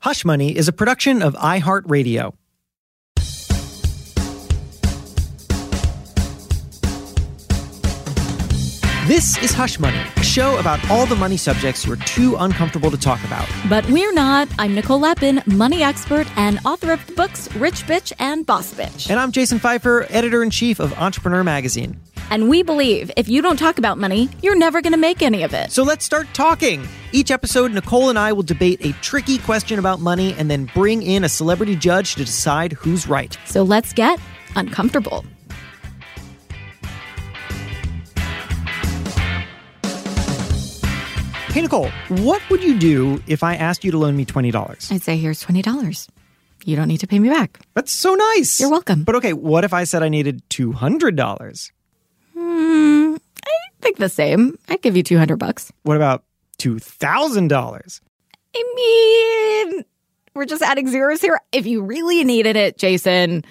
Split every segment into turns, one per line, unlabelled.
Hush Money is a production of iHeartRadio. This is Hush Money, a show about all the money subjects you're too uncomfortable to talk about.
But we're not. I'm Nicole Lappin, money expert and author of the books Rich Bitch and Boss Bitch.
And I'm Jason Pfeiffer, editor in chief of Entrepreneur Magazine.
And we believe if you don't talk about money, you're never going to make any of it.
So let's start talking. Each episode, Nicole and I will debate a tricky question about money and then bring in a celebrity judge to decide who's right.
So let's get uncomfortable.
Hey, Nicole, what would you do if I asked you to loan me $20?
I'd say, here's $20. You don't need to pay me back.
That's so nice.
You're welcome.
But okay, what if I said I needed $200?
Hmm, I think the same. I'd give you 200 bucks.
What about $2,000?
I mean, we're just adding zeros here. If you really needed it, Jason,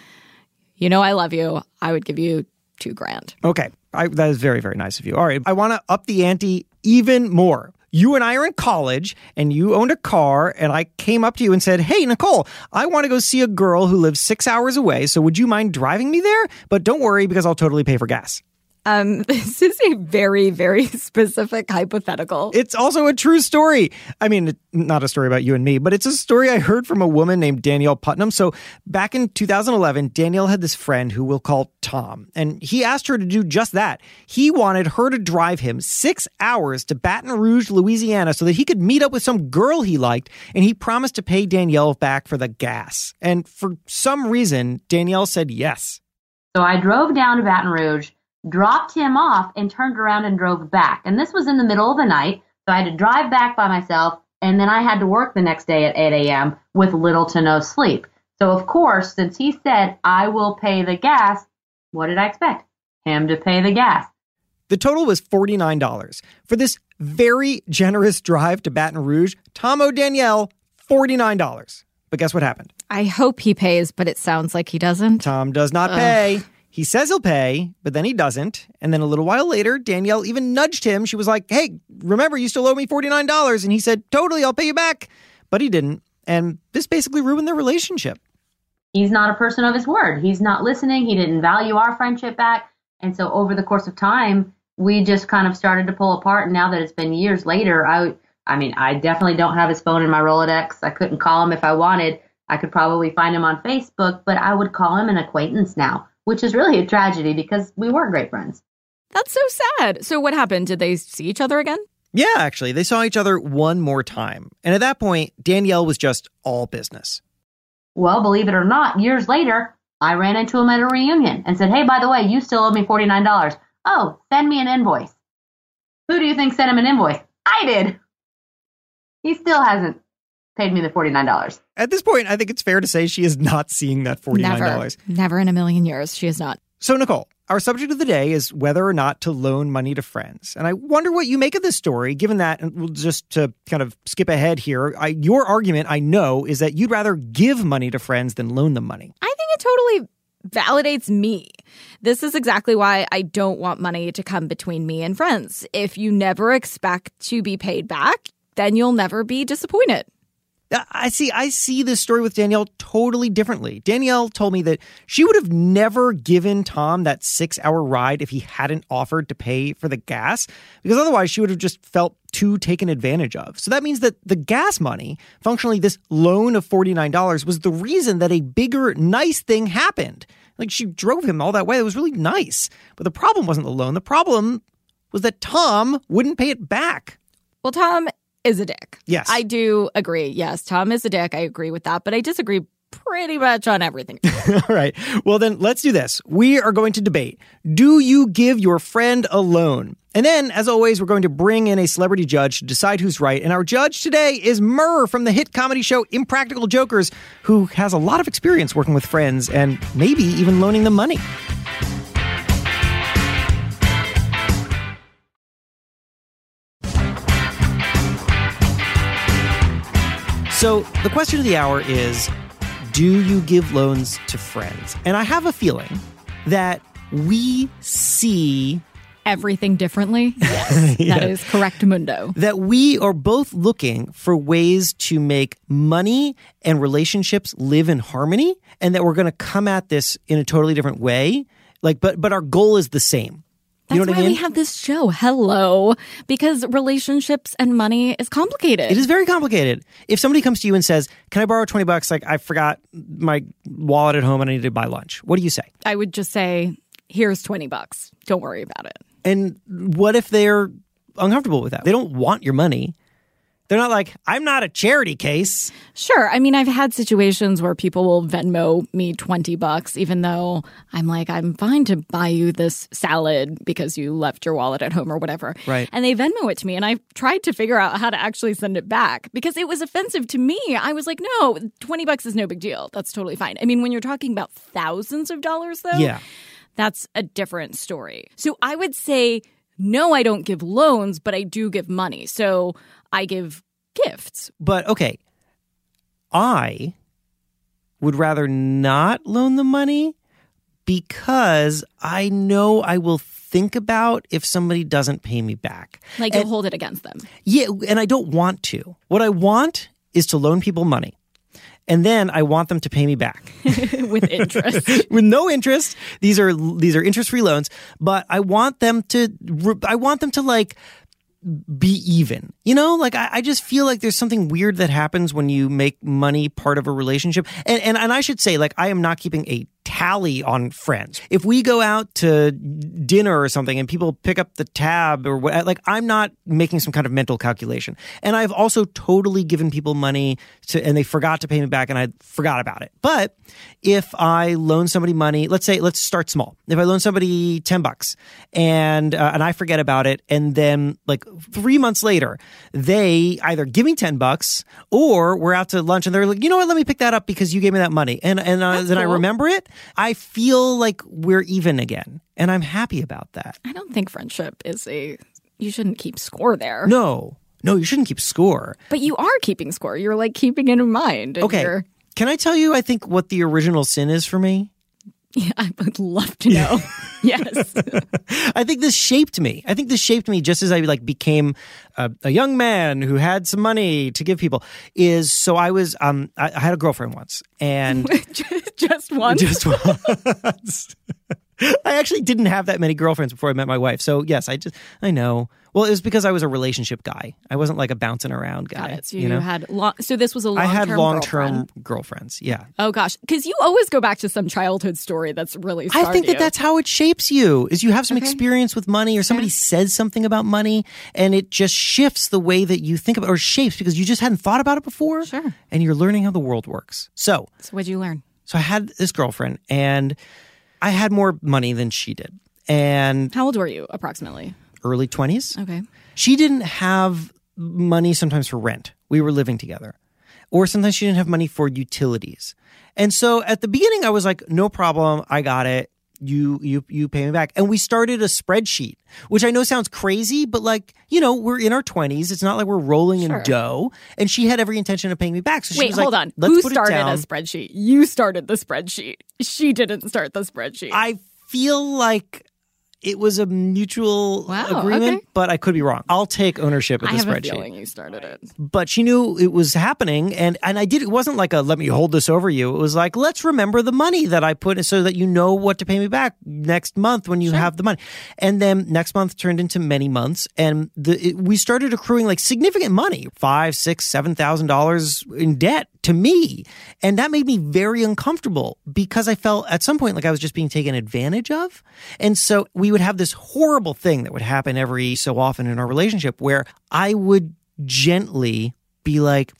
you know I love you. I would give you two grand.
Okay, I, that is very, very nice of you. All right, I want to up the ante even more. You and I are in college, and you owned a car, and I came up to you and said, Hey, Nicole, I want to go see a girl who lives six hours away, so would you mind driving me there? But don't worry, because I'll totally pay for gas.
Um, this is a very, very specific hypothetical.
It's also a true story. I mean, it- not a story about you and me, but it's a story I heard from a woman named Danielle Putnam. So, back in 2011, Danielle had this friend who we'll call Tom, and he asked her to do just that. He wanted her to drive him six hours to Baton Rouge, Louisiana, so that he could meet up with some girl he liked, and he promised to pay Danielle back for the gas. And for some reason, Danielle said yes.
So I drove down to Baton Rouge, dropped him off, and turned around and drove back. And this was in the middle of the night, so I had to drive back by myself, and then I had to work the next day at 8 a.m. with little to no sleep. So, of course, since he said, I will pay the gas, what did I expect? Him to pay the gas.
The total was $49. For this very generous drive to Baton Rouge, Tom O. Danielle, $49. But guess what happened?
I hope he pays, but it sounds like he doesn't.
Tom does not pay. He says he'll pay, but then he doesn't. And then a little while later, Danielle even nudged him. She was like, hey, remember, you still owe me $49. And he said, totally, I'll pay you back. But he didn't. And this basically ruined their relationship.
He's not a person of his word. He's not listening. He didn't value our friendship back. And so, over the course of time, we just kind of started to pull apart. And now that it's been years later, I, I mean, I definitely don't have his phone in my Rolodex. I couldn't call him if I wanted. I could probably find him on Facebook, but I would call him an acquaintance now, which is really a tragedy because we were great friends.
That's so sad. So, what happened? Did they see each other again?
Yeah, actually, they saw each other one more time. And at that point, Danielle was just all business.
Well, believe it or not, years later, I ran into him at a reunion and said, Hey, by the way, you still owe me $49. Oh, send me an invoice. Who do you think sent him an invoice? I did. He still hasn't paid me the $49.
At this point, I think it's fair to say she is not seeing that $49.
Never. Never in a million years. She is not.
So, Nicole, our subject of the day is whether or not to loan money to friends. And I wonder what you make of this story, given that, and we'll just to kind of skip ahead here, I, your argument, I know, is that you'd rather give money to friends than loan them money.
I think it totally validates me. This is exactly why I don't want money to come between me and friends. If you never expect to be paid back, then you'll never be disappointed.
I- Uh, I see. I see this story with Danielle totally differently. Danielle told me that she would have never given Tom that six-hour ride if he hadn't offered to pay for the gas, because otherwise she would have just felt too taken advantage of. So that means that the gas money, functionally this loan of forty-nine dollars, was the reason that a bigger nice thing happened. Like she drove him all that way. It was really nice, but the problem wasn't the loan. The problem was that Tom wouldn't pay it back.
Well, Tom is a dick.
Yes.
I do agree. Yes, Tom is a dick. I agree with that, but I disagree pretty much on everything.
All right. Well, then let's do this. We are going to debate Do you give your friend a loan? And then, as always, we're going to bring in a celebrity judge to decide who's right. And our judge today is Murr from the hit comedy show Impractical Jokers, who has a lot of experience working with friends and maybe even loaning them money. So, the question of the hour is Do you give loans to friends? And I have a feeling that we see
everything differently. Yes, that is correct, Mundo.
that we are both looking for ways to make money and relationships live in harmony and that we're going to come at this in a totally different way like but but our goal is the same you
That's
know what
why
i mean
we have this show, Hello, because relationships and money is complicated.
it is very complicated if somebody comes to you and says can i borrow 20 bucks like i forgot my wallet at home and i need to buy lunch what do you say
I would just say, here's 20 bucks. Don't worry about it.
and what if they're uncomfortable with that they don't want your money they're not like i'm not a charity case
Sure. I mean, I've had situations where people will Venmo me 20 bucks, even though I'm like, I'm fine to buy you this salad because you left your wallet at home or whatever.
Right.
And they Venmo it to me. And I tried to figure out how to actually send it back because it was offensive to me. I was like, no, 20 bucks is no big deal. That's totally fine. I mean, when you're talking about thousands of dollars, though,
yeah
that's a different story. So I would say, no, I don't give loans, but I do give money. So I give gifts.
But okay, I would rather not loan the money because I know I will think about if somebody doesn't pay me back.
Like you'll hold it against them.
Yeah, and I don't want to. What I want is to loan people money. And then I want them to pay me back
with interest.
with no interest. These are these are interest-free loans, but I want them to I want them to like be even. You know, like I, I just feel like there's something weird that happens when you make money part of a relationship. And, and and I should say, like, I am not keeping a tally on friends. If we go out to dinner or something and people pick up the tab or what like I'm not making some kind of mental calculation. And I've also totally given people money to and they forgot to pay me back and I forgot about it. But if I loan somebody money, let's say let's start small. If I loan somebody 10 bucks and uh, and I forget about it and then like 3 months later they either give me 10 bucks or we're out to lunch and they're like, "You know what? Let me pick that up because you gave me that money." And and uh, then I
cool.
remember it. I feel like we're even again and I'm happy about that.
I don't think friendship is a. You shouldn't keep score there.
No. No, you shouldn't keep score.
But you are keeping score. You're like keeping it in mind. and
Okay.
you're-
Can I tell you I think what the original sin is for me?
Yeah, I would love to know. yes.
I think this shaped me. I think this shaped me just as I like became a, a young man who had some money to give people. Is so I was um I, I had a girlfriend once and
just, just one.
just once. I actually didn't have that many girlfriends before I met my wife. So yes, I just I know. Well, it was because I was a relationship guy. I wasn't like a bouncing around guy.
Got it. So you,
you know,
had long. So this was a long.
I had long term girlfriends. Yeah.
Oh gosh, because you always go back to some childhood story that's really.
I
scarred
think that
you.
that's how it shapes you is you have some
Okay.
experience with money or somebody says something about money and it just shifts the way that you think about or shapes because you just hadn't thought about it before
Sure.
and you're learning how the world works. So,
So what'd you learn?
so I had this girlfriend and I had more money than she did. And
How old were you approximately?
early 20s,
Okay.
she didn't have money sometimes for rent. We were living together. Or sometimes she didn't have money for utilities. And so at the beginning I was like, no problem, I got it. You you you pay me back. And we started a spreadsheet, which I know sounds crazy, but like, you know, we're in our 20s. It's not like we're rolling
Sure.
in dough, and she had every intention of paying me back. So she
Wait,
was like,
hold on.
Let's
Who
put
started
it down.
a spreadsheet? You started the spreadsheet. She didn't start the spreadsheet.
I feel like it was a mutual
Wow,
agreement,
okay.
but I could be wrong. I'll take ownership of
I
the
have a
spreadsheet.
feeling you started it.
but she knew it was happening and and I did it wasn't like a let me hold this over you it was like let's remember the money that I put in so that you know what to pay me back next month when you have the money and then next month turned into many months and the it, we started accruing like significant money five six seven thousand dollars in debt to me and that made me very uncomfortable because I felt at some point like I was just being taken advantage of and so we would have this horrible thing that would happen every so often in our relationship where I would gently be like,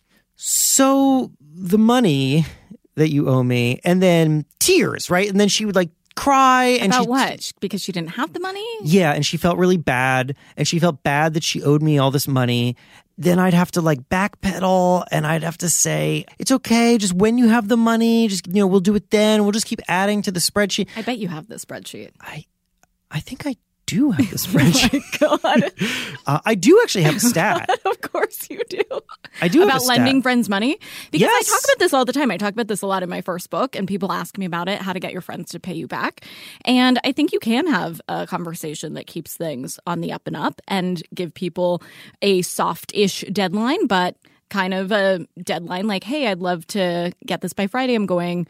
So the money that you owe me, and then tears, right? And then she would like cry and
About
she.
what? Sh- Because she didn't have the money?
Yeah, and she felt really bad, and she felt bad that she owed me all this money. Then I'd have to like backpedal, and I'd have to say it's okay. Just when you have the money, just you know, we'll do it then. We'll just keep adding to the spreadsheet.
I bet you have the spreadsheet.
I, I think I do have this friendship.
Oh my God.
Uh, I do actually have a stat.
of course you do.
I do have a
about
stat.
lending friends money because
Yes.
I talk about this all the time. I talk about this a lot in my first book, and people ask me about it, how to get your friends to pay you back. And I think you can have a conversation that keeps things on the up and up and give people a soft-ish deadline, but kind of a deadline like, "Hey, I'd love to get this by Friday. I'm going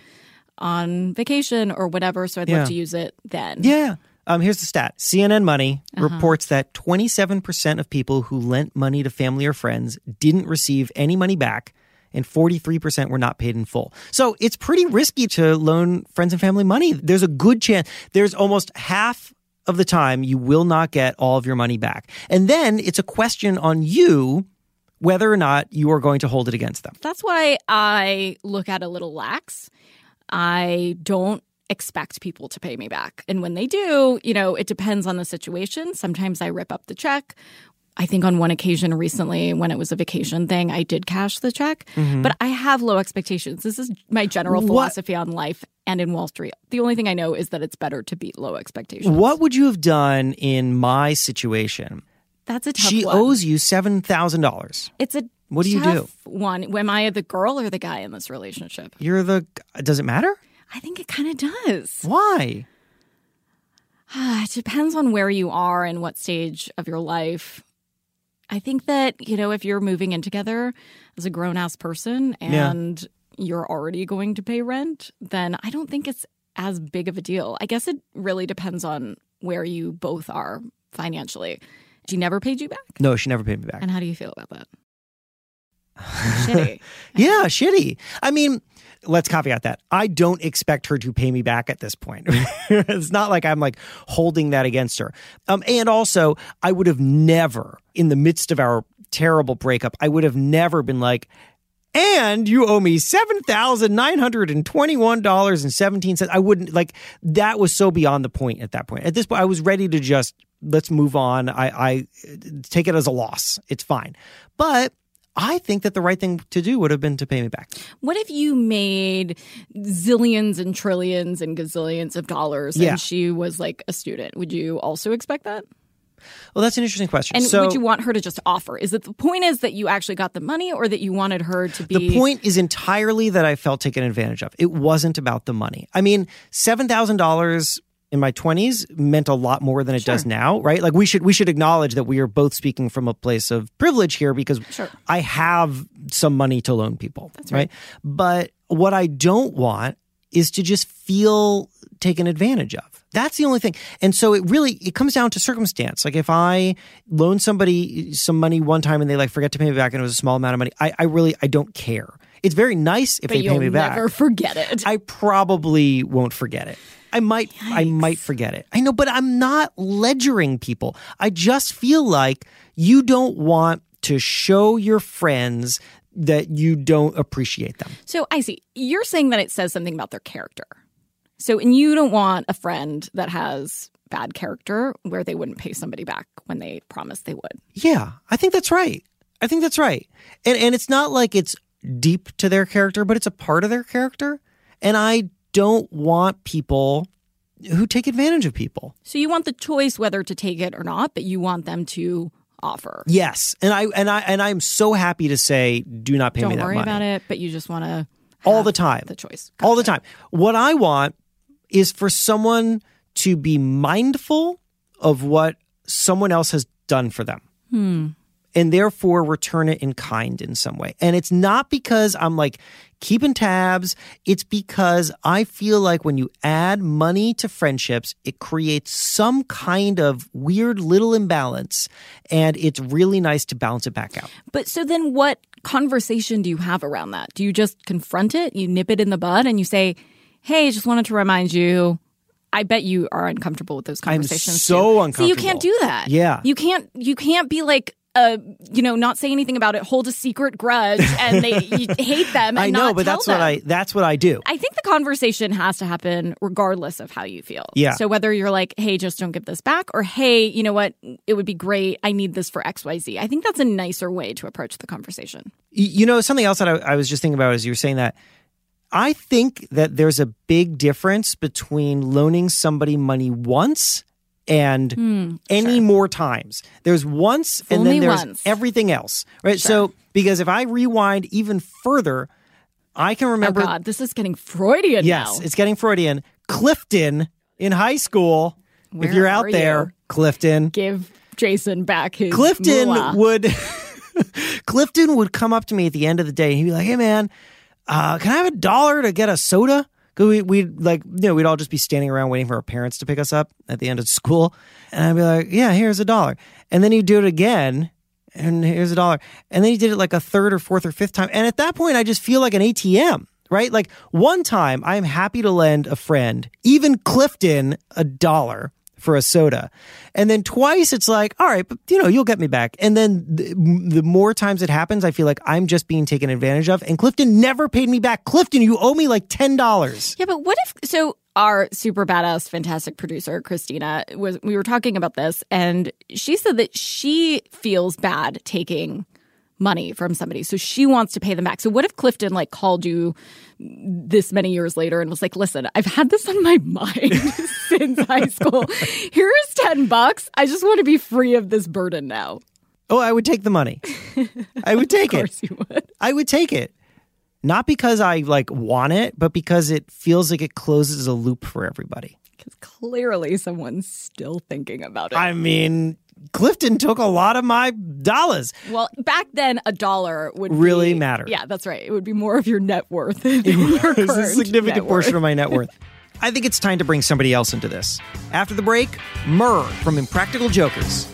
on vacation or whatever, so I'd
Yeah.
love to use it then."
Yeah. Um, here's the stat CNN Money
Uh-huh.
reports that 27% of people who lent money to family or friends didn't receive any money back, and 43% were not paid in full. So it's pretty risky to loan friends and family money. There's a good chance, there's almost half of the time you will not get all of your money back. And then it's a question on you whether or not you are going to hold it against them.
That's why I look at a little lax. I don't expect people to pay me back. And when they do, you know, it depends on the situation. Sometimes I rip up the check. I think on one occasion recently, when it was a vacation thing, I did cash the check. But I have low expectations. This is my general
Mm-hmm. What-
philosophy on life and in Wall Street. The only thing I know is that it's better to beat low expectations.
What would you have done in my situation?
That's a tough
She
one.
owes you $7,000.
It's a
What do you do?
tough One. Am I the girl or the guy in this relationship?
You're the. Does it matter?
I think it kind of does.
Why?
Ah, it depends on where you are and what stage of your life. I think that, you know, if you're moving in together as a grown ass person
Yeah.
and you're already going to pay rent, then I don't think it's as big of a deal. I guess it really depends on where you both are financially. She never paid you back.
No, she never paid me back.
And how do you feel about that? Shitty.
Yeah, shitty. I mean, let's caveat that. I don't expect her to pay me back at this point. it's not like I'm like holding that against her. Um, and also, I would have never, in the midst of our terrible breakup, I would have never been like, and you owe me seven thousand nine hundred and twenty-one dollars and seventeen cents. I wouldn't like that was so beyond the point at that point. At this point, I was ready to just let's move on. I, I uh, take it as a loss. It's fine, but I think that the right thing to do would have been to pay me back.
What if you made zillions and trillions and gazillions of dollars
Yeah.
and she was like a student? Would you also expect that?
Well, that's an interesting question.
And
so
would you want her to just offer? Is it the point is that you actually got the money or that you wanted her to be
the point is entirely that I felt taken advantage of. It wasn't about the money. I mean, seven thousand dollars in my twenties meant a lot more than it does now, right? Like we should we should acknowledge that we are both speaking from a place of privilege here because
Sure.
I have some money to loan people, That's right? But what I don't want is to just feel taken advantage of. That's the only thing. And so it really it comes down to circumstance. Like if I loan somebody some money one time and they like forget to pay me back and it was a small amount of money, I, I really I don't care. It's very nice if
but
they pay
you'll
me back.
never forget it?
I probably won't forget it. I might I might forget it. I know, but I'm not ledgering people. I just feel like you don't want to show your friends that you don't appreciate them.
so I see. You're saying that it says something about their character. So and you don't want a friend that has bad character where they wouldn't pay somebody back when they promised they would.
Yeah, I think that's right. I think that's right. And and it's not like it's deep to their character, but it's a part of their character. And I don't want people who take advantage of people.
So you want the choice whether to take it or not, but you want them to offer.
Yes, and I and I and I'm so happy to say, do not pay me
Don't
that
worry
money
about it, but you just want to
all the time.
the choice.
all the time. What I want is for someone to be mindful of what someone else has done for them.
Hmm.
And therefore return it in kind in some way. And it's not because I'm like keeping tabs. It's because I feel like when you add money to friendships, it creates some kind of weird little imbalance. And it's really nice to balance it back out.
But so then what conversation do you have around that? Do you just confront it? You nip it in the bud and you say, hey, just wanted to remind you. I bet you are uncomfortable with those conversations.
so
too. So you
uncomfortable.
can't do that.
Yeah.
You can't you can't be like uh, you know, not say anything about it, hold a secret grudge and they you hate them and
I know,
not
but
tell
that's
them.
what I that's what I do.
I think the conversation has to happen regardless of how you feel.
Yeah.
So whether you're like, hey, just don't give this back, or hey, you know what, it would be great. I need this for XYZ. I think that's a nicer way to approach the conversation.
Y- You know, something else that I, I was just thinking about as you were saying that, I think that there's a big difference between loaning somebody money once and
Hmm,
any
sure.
more times. There's once and
Only
then there's
once.
everything else. Right? So because if I rewind even further, I can
Oh
remember
God, this is getting Freudian
Yes,
now.
it's getting Freudian. Clifton in high school.
Where
if you're
are
out there,
you?
Clifton.
Give Jason back his
Clifton
moolah.
would Clifton would come up to me at the end of the day and he'd be like, "Hey man, uh, can I have a dollar to get a soda?" Cause we, we'd like, you know, we'd all just be standing around waiting for our parents to pick us up at the end of school, and I'd be like, "Yeah, here's a dollar," and then he'd do it again, and here's a dollar, and then he did it like a third or fourth or fifth time, and at that point, I just feel like an ATM. Right? Like one time, I'm happy to lend a friend, even Clifton, a dollar for a soda. And then twice it's like, all right, but you know, you'll get me back. And then the, the more times it happens, I feel like I'm just being taken advantage of. And Clifton never paid me back. Clifton, you owe me like $10.
Yeah, but what if so our super badass fantastic producer Christina was we were talking about this and she said that she feels bad taking money from somebody so she wants to pay them back. So what if Clifton like called you this many years later and was like, "Listen, I've had this on my mind since high school. Here is 10 bucks. I just want to be free of this burden now."
Oh, I would take the money. I would take
Of
it.
course you would.
I would take it. Not because I like want it, but because it feels like it closes a loop for everybody.
Cuz clearly someone's still thinking about it.
I mean, Clifton took a lot of my dollars.
Well, back then, a dollar would
Really
be-
matter.
Yeah, that's right. It would be more of your net worth than your
It's a
current net
significant
worth.
portion of my net worth. I think it's time to bring somebody else into this. After the break, Murr from Impractical Jokers.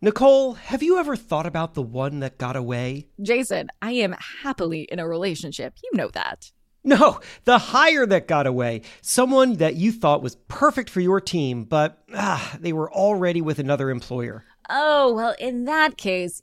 Nicole, have you ever thought about the one that got away?
Jason, I am happily in a relationship. You know that.
No, the hire that got away. Someone that you thought was perfect for your team, but ah, they were already with another employer.
Oh, well, in that case,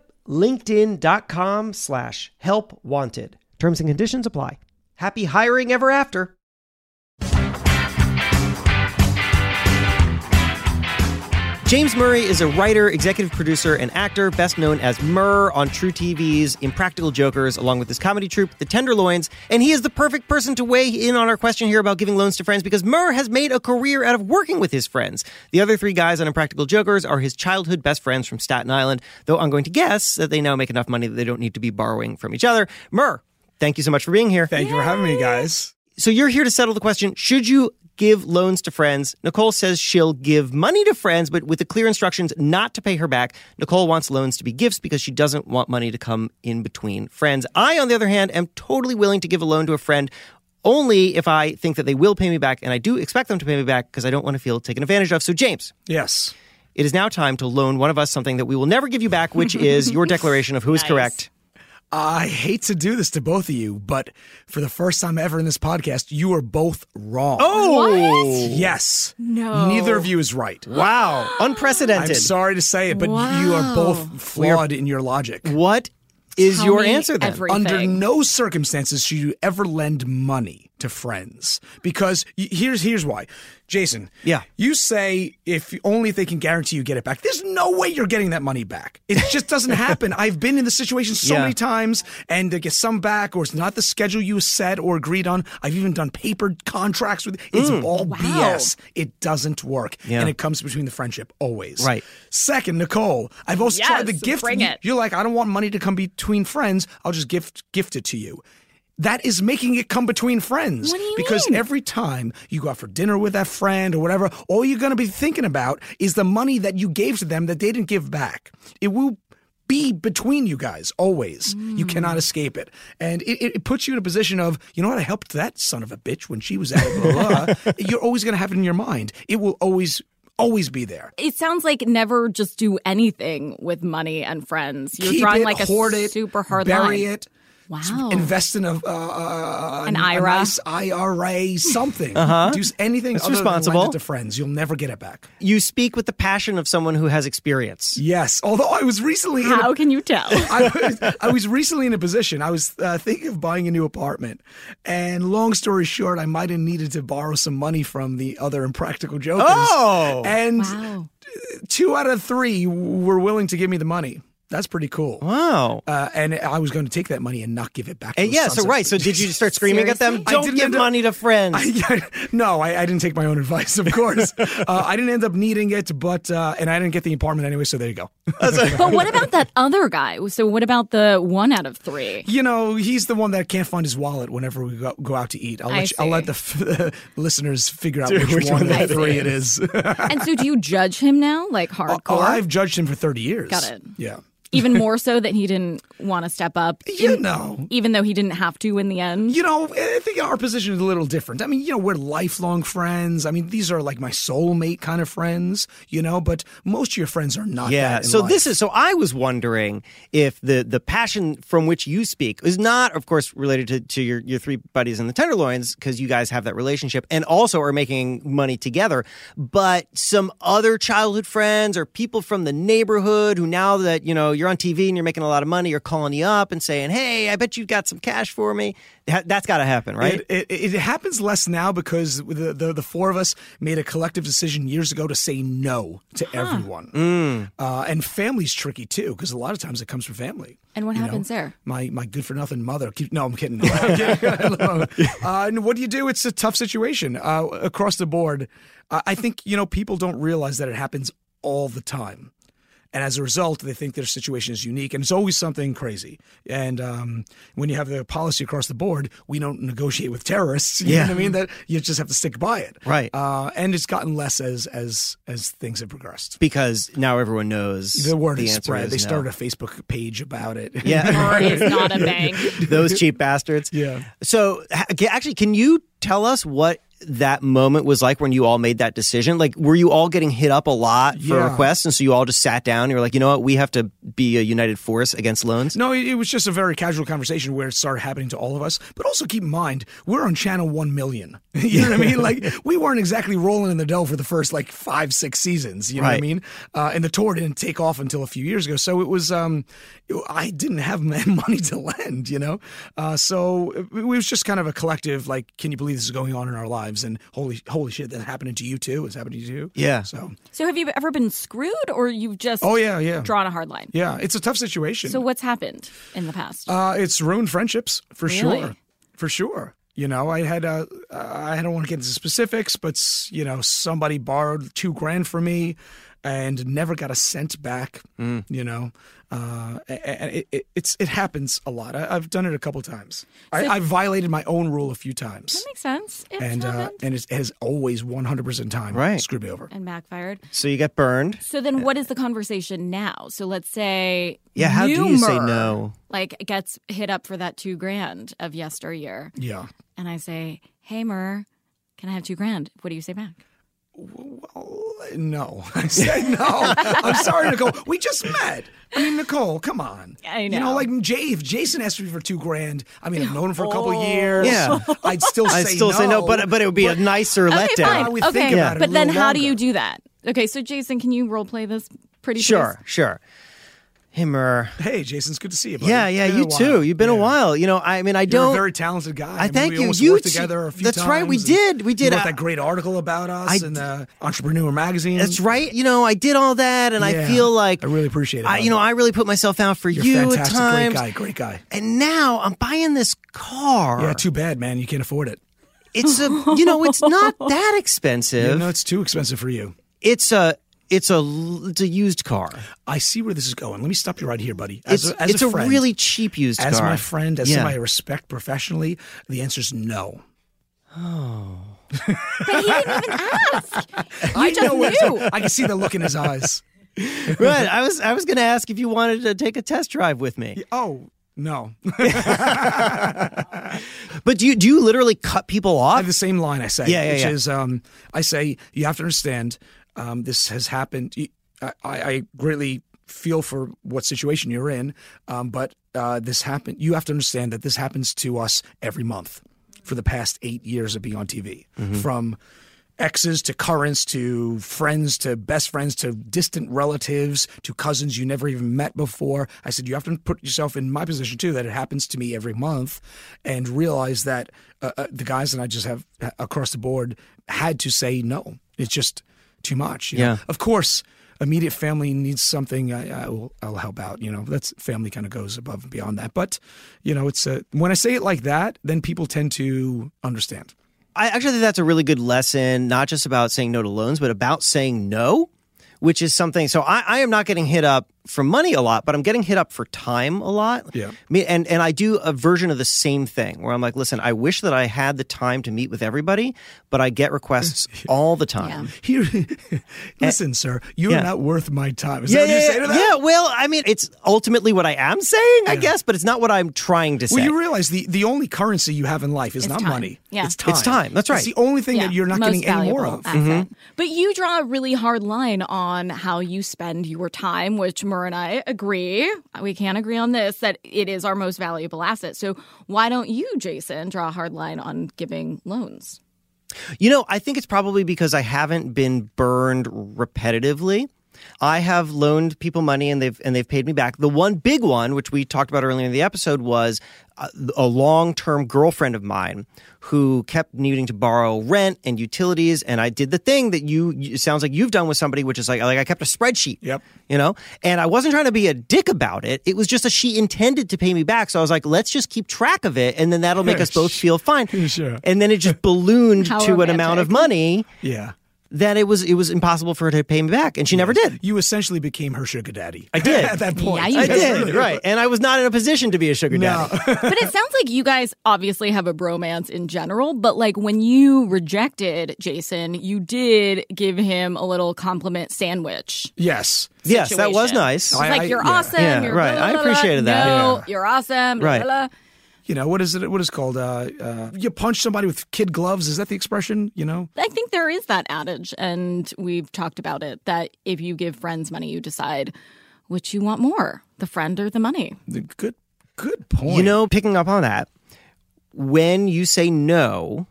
linkedin.com slash help wanted. Terms and conditions apply. Happy hiring ever after. James Murray is a writer, executive producer, and actor, best known as Murr on True TV's Impractical Jokers, along with his comedy troupe, The Tenderloins. And he is the perfect person to weigh in on our question here about giving loans to friends because Murr has made a career out of working with his friends. The other three guys on Impractical Jokers are his childhood best friends from Staten Island, though I'm going to guess that they now make enough money that they don't need to be borrowing from each other. Murr, thank you so much for being here.
Thank you for having me, guys.
So you're here to settle the question should you give loans to friends? Nicole says she'll give money to friends, but with the clear instructions not to pay her back. Nicole wants loans to be gifts because she doesn't want money to come in between friends. I, on the other hand, am totally willing to give a loan to a friend. Only if I think that they will pay me back, and I do expect them to pay me back because I don't want to feel taken advantage of. So, James,
Yes.
it is now time to loan one of us something that we will never give you back, which is your declaration of who is correct.
I hate to do this to both of you, but for the first time ever in this podcast, you are both wrong.
Oh,
yes.
No.
Neither of you is right.
wow, unprecedented.
I'm sorry to say it, but you are both flawed in your logic.
What is
Tell
your
me
answer then?
everything.
Under no circumstances should you ever lend money to friends because y- here's here's why, Jason.
Yeah.
you say if only if they can guarantee you get it back. There's no way you're getting that money back. It just doesn't happen. I've been in the situation so
Yeah.
many times, and they get some back, or it's not the schedule you set or agreed on. I've even done papered contracts with. It's all BS. It doesn't work,
Mm. Yeah.
and it comes between the friendship always.
Right.
Second, Nicole, I've also tried the
Yes,
gift.
bring
you-
it.
You're like, I don't want money to come between friends. I'll just gift gift it to you. that is making it come between friends
What do you
because
mean?
every time you go out for dinner with that friend or whatever all you're going to be thinking about is the money that you gave to them that they didn't give back it will be between you guys always you
Hmm.
cannot escape it and it, it, it puts you in a position of you know what i helped that son of a bitch when she was out blah, blah, blah. you're always going to have it in your mind it will always always be there
It sounds like never just do anything with money and friends. You're
Keep
drawing
it,
like a
hoard it,
super hard
bury
line.
it
Wow.
invest in a uh,
An
a
IRA.
nice IRA, something. Do s- anything
Uh-huh. That's
other than
responsible.
lend it to friends. You'll never get it back.
You speak with the passion of someone who has experience.
Yes. Although I was recently in a
How can you tell?
I was, I was recently in a position. I was uh, thinking of buying a new apartment, and long story short, I might have needed to borrow some money from the other impractical jokers.
Oh!
and
wow.
two out of three were willing to give me the money. That's pretty cool.
Wow.
Uh, and I was going to take that money and not give it back. to
And
the
yeah, so
sons of
right. So did you start screaming at them?
I
Don't
didn't
give
end up-
money to friends.
I, no, I, I didn't take my own advice, of course. uh, I didn't end up needing it, but uh, and I didn't get the apartment anyway. So there you go.
But what about that other guy? So what about the one out of three?
You know, he's the one that can't find his wallet whenever we go, go out to eat. I'll
I
let, you, I'll
see.
let the f- listeners figure out which, one,
that
of the
is.
three it is. Uh,
And so do you judge him now, like hardcore?
Oh, I've judged him for thirty years.
Got it.
Yeah.
Even more so that he didn't want to step up,
You know,
even though he didn't have to in the end.
you know, I think our position is a little different. I mean, you know, we're lifelong friends. I mean, these are like my soulmate kind of friends. You know, but most of your friends are not.
Yeah.
that in
So
life.
this is so I was wondering if the the passion from which you speak is not, of course, related to, to your, your three buddies in the Tenderloins, because you guys have that relationship and also are making money together, but some other childhood friends or people from the neighborhood who now that, you know, you're on TV and you're making a lot of money are calling you up and saying, Hey, I bet you've got some cash for me. That- That's gotta happen, right?
It, it, it happens less now because the, the the four of us made a collective decision years ago to say no to everyone. Uh, and family's tricky too because a lot of times it comes from family.
And what
you know?
happens there?
My my good for nothing mother. Keep, no, I'm kidding. I'm kidding. uh, and what do you do? It's a tough situation uh, across the board. Uh, I think you know people don't realize that it happens all the time. And as a result, they think their situation is unique, and it's always something crazy. And um, when you have the policy across the board, we don't negotiate with terrorists. You
Yeah.
know what I mean? That you just have to stick by it,
Right.
Uh, and it's gotten less as as as things have progressed.
because now everyone knows
The word has
answer
spread.
is
They
no.
started a Facebook page about it.
Yeah.
Or it's not a bang.
those cheap bastards.
Yeah.
So, ha- ca- actually, can you tell us what that moment was like when you all made that decision? Like, were you all getting hit up a lot for
Yeah.
requests, and so you all just sat down? And you were like, you know what, we have to be a united force against loans.
No, it, it was just a very casual conversation where it started happening to all of us. But also keep in mind, we're on channel 1 million. you know what I mean? Like, we weren't exactly rolling in the dough for the first like five, six seasons. You know what
Right.
I mean? Uh, and the tour didn't take off until a few years ago. So it was, um, it- I didn't have m- money to lend, you know? Uh, so it, it was just kind of a collective, like, can you believe this is going on in our lives? And holy, holy shit, that's happening to you too. It's happening to you.
Yeah.
So,
So have you ever been screwed or you've just
oh, yeah, yeah.
drawn a hard line?
Yeah. It's a tough situation.
So what's happened in the past?
Uh, it's ruined friendships for sure,
Really?
for sure. You know, I had uh, I don't want to get into specifics, but s- you know, somebody borrowed two grand from me and never got a cent back. You know, uh, and it, it, it's it happens a lot. I, I've done it a couple times. I, I violated my own rule a few times,
Makes sense. It's
and uh,
happened.
and it has always one hundred percent time
Right.
screwed me over.
and backfired.
So you get burned.
So then, what is the conversation now? So let's say,
Yeah, how do you say
Newmer,
no?
Like gets hit up for that two grand of yesteryear,
Yeah.
and I say, "Hey, Mer, can I have two grand?" What do you say back?
Well, no. I said no. I'm sorry, Nicole. We just met. I mean, Nicole, come on.
I
You know,
know.
like Jay, if Jason asked me for two grand, I mean, I've known him for a couple of years.
Yeah.
I'd still say
I still
no.
say no, but but it would be a nicer
okay,
letdown.
fine.
I would
okay,
think about it a
but then
little
how do you
longer.
do that? Okay, so Jason, can you role play this? Pretty
Sure, sure. Himmer.
hey, Jason's good to see you. Buddy.
Yeah, yeah.
Been a
You
while.
too. You've been a
Yeah.
while. You know, I mean, I
You're
don't.
a very talented guy. mean,
thank
we
you.
almost
You
worked
t-
together a few
that's right, we
times,
did.
and
We did.
You wrote
I-
that great article about us
I
in
d-
uh, Entrepreneur Magazine.
That's right. You know, I did all that, and I feel like
Um, I really appreciate it.
I,
bud.
you know, I really put myself out for
You're
you at
fantastic.
times.
Great guy. Great guy.
and now I'm buying this car.
Yeah, too bad, man. You can't afford it.
it's a you know, it's not that expensive.
No, it's too expensive for you.
it's a It's a l- it's a used car.
I see where this is going. Let me stop you right here, buddy. As
It's
a, as
it's
a,
a,
friend,
really cheap used
as
car.
my friend, as
Yeah.
somebody I respect professionally, the answer is no.
But he didn't even ask. I just
know what it's-
knew.
I can see the look in his eyes.
right. I was I was going to ask if you wanted to take a test drive with me.
Oh no!
But do you do you literally cut people
I
off?
have the same line I say,
Yeah, yeah,
which
yeah.
is um, I say you have to understand um, this has happened. I, I I greatly feel for what situation you're in, um, but uh, this happened. You have to understand that this happens to us every month for the past eight years of being on TV,
Mm-hmm.
from exes to currents to friends to best friends to distant relatives to cousins you never even met before. I said, you have to put yourself in my position too, that it happens to me every month and realize that uh, uh, the guys that I just have uh, across the board had to say no. It's just too much. you know?
Yeah.
Of course, immediate family needs something. I, I will, I'll help out. You know, that's family kind of goes above and beyond that. But, you know, it's a, when I say it like that, then people tend to understand.
I actually think that's a really good lesson, not just about saying no to loans, but about saying no, which is something. So I, I am not getting hit up for money a lot, but I'm getting hit up for time a lot.
Yeah.
I mean, and and I do a version of the same thing where I'm like, listen, I wish that I had the time to meet with everybody, but I get requests all the time.
Here, listen, sir, you're
Eh, yeah.
not worth my time. Is
Yeah,
that what
yeah,
you say
yeah.
to that?
Yeah, well, I mean, it's ultimately what I am saying, I guess, but it's not what I'm trying to say.
Well, you realize the, the only currency you have in life is
It's
not
time.
money.
Yeah.
It's time.
It's time. That's right.
It's the only thing that
Yeah,
you're not
most
getting any more
valuable
of. Mm-hmm.
asset. But you draw a really hard line on how you spend your time, which Mur and I agree. We can't agree on this that it is our most valuable asset. So why don't you, Jason, draw a hard line on giving loans?
You know, I think it's probably because I haven't been burned repetitively. I have loaned people money and they've and they've paid me back. The one big one, which we talked about earlier in the episode, was a, a long-term girlfriend of mine who kept needing to borrow rent and utilities. And I did the thing that you it sounds like you've done with somebody, which is like like I kept a spreadsheet.
Yep.
You know, and I wasn't trying to be a dick about it. It was just that she intended to pay me back, so I was like, let's just keep track of it, and then that'll make us both feel fine.
Sure.
And then it just ballooned
How
to an amount
romantic.
of money
Yeah.
that it was it was impossible for her to pay me back, and she never did.
You essentially became her sugar daddy. I
did.
At that point.
Yeah, you
I
That's
did right, and I was not in a position to be a sugar daddy.
but it sounds like you guys obviously have a bromance in general, but like when you rejected Jason, you did give him a little compliment sandwich.
Yes.
Yes, that was
situation.
nice.
It's
I- I-
like you're
yeah.
awesome.
Yeah,
you're
right.
blah,
I
blah, blah,
appreciated that.
No,
Yeah.
you're awesome. blah,
Right.
blah, blah.
You know, what is it? What is it called? Uh, uh, you punch somebody with kid gloves. Is that the expression? You know?
I think there is that adage, and we've talked about it that if you give friends money, you decide which you want more the friend or the money.
The Good good point.
You know, picking up on that, when you say no,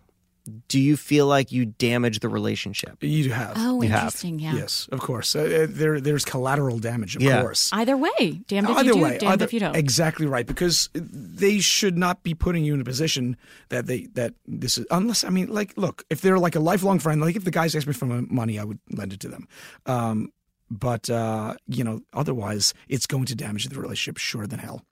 do you feel like you damage the relationship?
You have.
Oh,
have.
interesting. Yeah.
Yes, of course. Uh, uh, there, there's collateral damage, of
Yeah.
course.
Either way, damned if
either
you do,
way,
damned
either-
if you don't.
Exactly right, because they should not be putting you in a position that they that this is unless I mean, like, look, if they're like a lifelong friend, like if the guys asked me for my money, I would lend it to them. Um, but uh, you know, otherwise, it's going to damage the relationship sure than hell.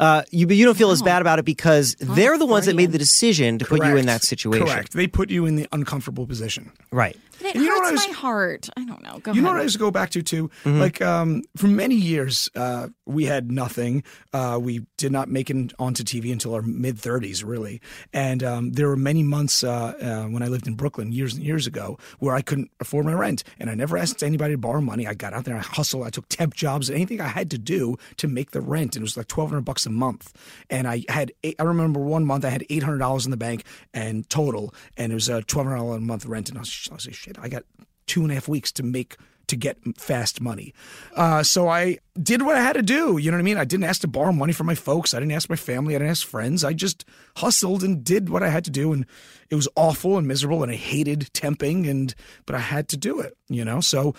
Uh, you but you don't feel as bad about it because they're the ones that made the decision to put you in
Correct.
that situation.
Correct. They put you in the uncomfortable position.
Right.
But it
You know what
hurts
I was-
my heart. I don't know. Go
you know
ahead.
what I used to go back to too? Like um, for many years, uh, we had nothing. Uh, we did not make it onto TV until our mid thirties, really. And um, there were many months uh, uh, when I lived in Brooklyn years and years ago where I couldn't afford my rent, and I never asked anybody to borrow money. I got out there, I hustled, I took temp jobs, anything I had to do to make the rent, and it was like twelve hundred bucks a month. And I had, eight, I remember one month I had eight hundred dollars in the bank and total, and it was a twelve hundred dollars a month rent, and I was, I was like, shit, I got two and a half weeks to make to get fast money. Uh, so I did what I had to do. You know what I mean? I didn't ask to borrow money from my folks. I didn't ask my family. I didn't ask friends. I just hustled and did what I had to do. And it was awful and miserable. And I hated temping. And but I had to do it. You know, so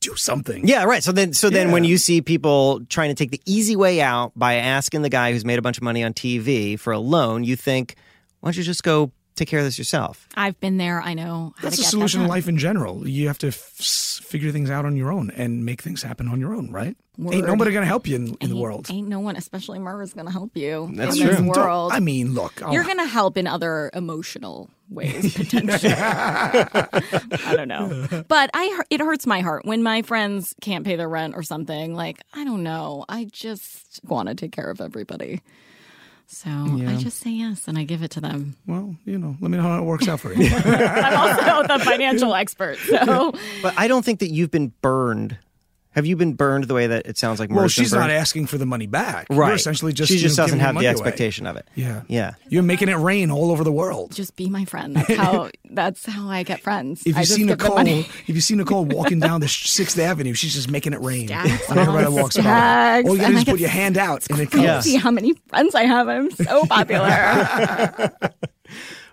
do something.
Yeah, right. So then, so then, when
Yeah.
you see people trying to take the easy way out by asking the guy who's made a bunch of money on TV for a loan, you think, why don't you just go take care of this yourself?
I've been there. I know. How
That's
to
the
get
solution
that
in
done.
life in general. You have to f- s- figure things out on your own and make things happen on your own, right? Ain't
Word.
nobody gonna help you in, in the
Ain't-
world.
Ain't no one, especially Mur, is going to help you
That's
in this
true.
Don't-
world.
I mean, look, I'll-
You're going to help in other emotional ways potentially. I don't know. But I hu- it hurts my heart when my friends can't pay their rent or something. Like, I don't know. I just want to take care of everybody. So I just say yes and I give it to them.
Well, you know, let me know how it works out for you.
I'm also the financial expert. So
But I don't think that you've been burned. Have you been burned the way that it sounds like?
well,
Maria's been
she's not
burned?
asking for the money back.
right.
You're essentially just
she just
you know,
doesn't
giving
have
money
the
away.
expectation of it.
Yeah.
Yeah.
You're making it rain all over the world.
just be my friend. That's how that's how I get friends.
If
I
you
just
see
give them
Nicole,
money.
if you see Nicole walking down the Sixth Avenue, she's just making it rain.
Stacks
And everybody
on
walks by.
stacks,
All you
and
gotta do
I
is
get
put your hand out, and it comes.
Yeah.
see how many friends I have. I'm so popular.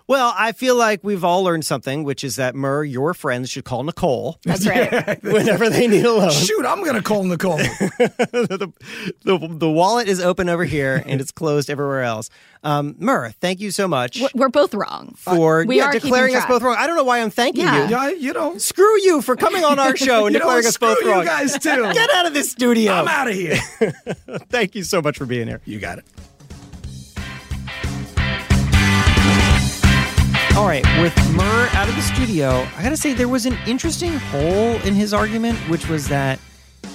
Well, I feel like we've all learned something, which is that Mur, your friends should call Nicole
That's right.
whenever they need a loan.
Shoot, I'm gonna call Nicole.
the, the, the wallet is open over here and it's closed everywhere else. Um, Mur, thank you so much
We're- We're both wrong.
for
we
yeah,
are keeping
declaring us
track.
both wrong. I don't know why I'm thanking
Yeah.
you.
yeah, you know,
Screw you for coming on our show and
you know,
declaring us
screw
both wrong.
you guys too.
Get out of this studio.
I'm out of here.
Thank you so much for being here.
you got it.
All right, with Murr out of the studio, I gotta say there was an interesting hole in his argument, which was that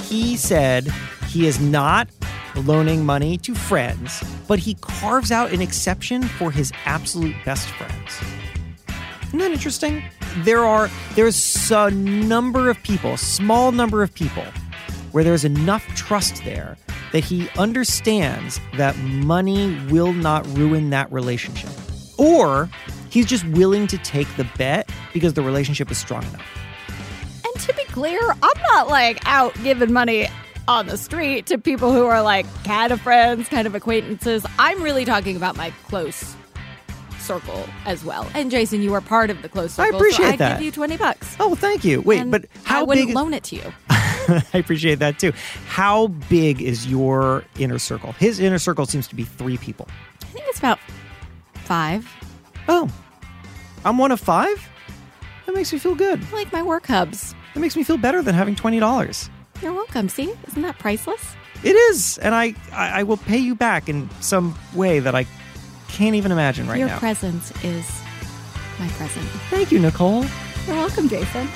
he said he is not loaning money to friends, but he carves out an exception for his absolute best friends. Isn't that interesting? There are there's a number of people, small number of people, where there's enough trust there that he understands that money will not ruin that relationship. Or he's just willing to take the bet because the relationship is strong enough.
And to be clear, I'm not like out giving money on the street to people who are like kind of friends, kind of acquaintances. I'm really talking about my close circle as well. And Jason, you are part of the close
I
circle.
appreciate
so I'd
that.
give you 20 bucks.
Oh, thank you. Wait,
And
but how
I wouldn't
big?
loan it to you.
I appreciate that too. How big is your inner circle? His inner circle seems to be three people.
I think it's about five.
Oh, I'm one of five. That makes me feel good.
Like my work hubs.
That makes me feel better than having twenty dollars.
You're welcome. See, isn't that priceless?
It is, and I, I I will pay you back in some way that I can't even imagine right
Your
now.
presence is my present.
Thank you, Nicole.
You're welcome, Jason.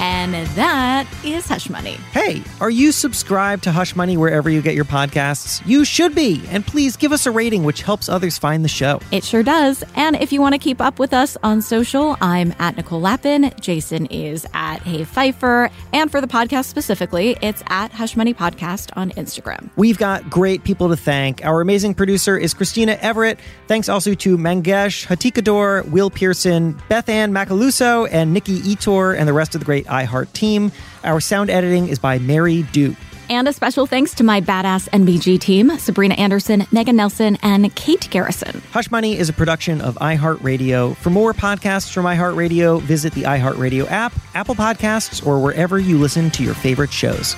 And that is Hush Money.
Hey, are you subscribed to Hush Money wherever you get your podcasts? You should be, and please give us a rating, which helps others find the show.
It sure does. And if you want to keep up with us on social, I'm at Nicole Lappin. Jason is at Hey Pfeiffer. And for the podcast specifically, it's at Hush Money Podcast on Instagram.
We've got great people to thank. Our amazing producer is Christina Everett. Thanks also to Mangesh Hatikador, Will Pearson, Beth Ann Macaluso, and Nikki Etor, and the rest of the great iHeart team. Our sound editing is by Mary Duke.
And a special thanks to my badass NBG team, Sabrina Anderson, Megan Nelson, and Kate Garrison.
Hush Money is a production of iHeartRadio. For more podcasts from iHeartRadio, visit the iHeartRadio app, Apple Podcasts, or wherever you listen to your favorite shows.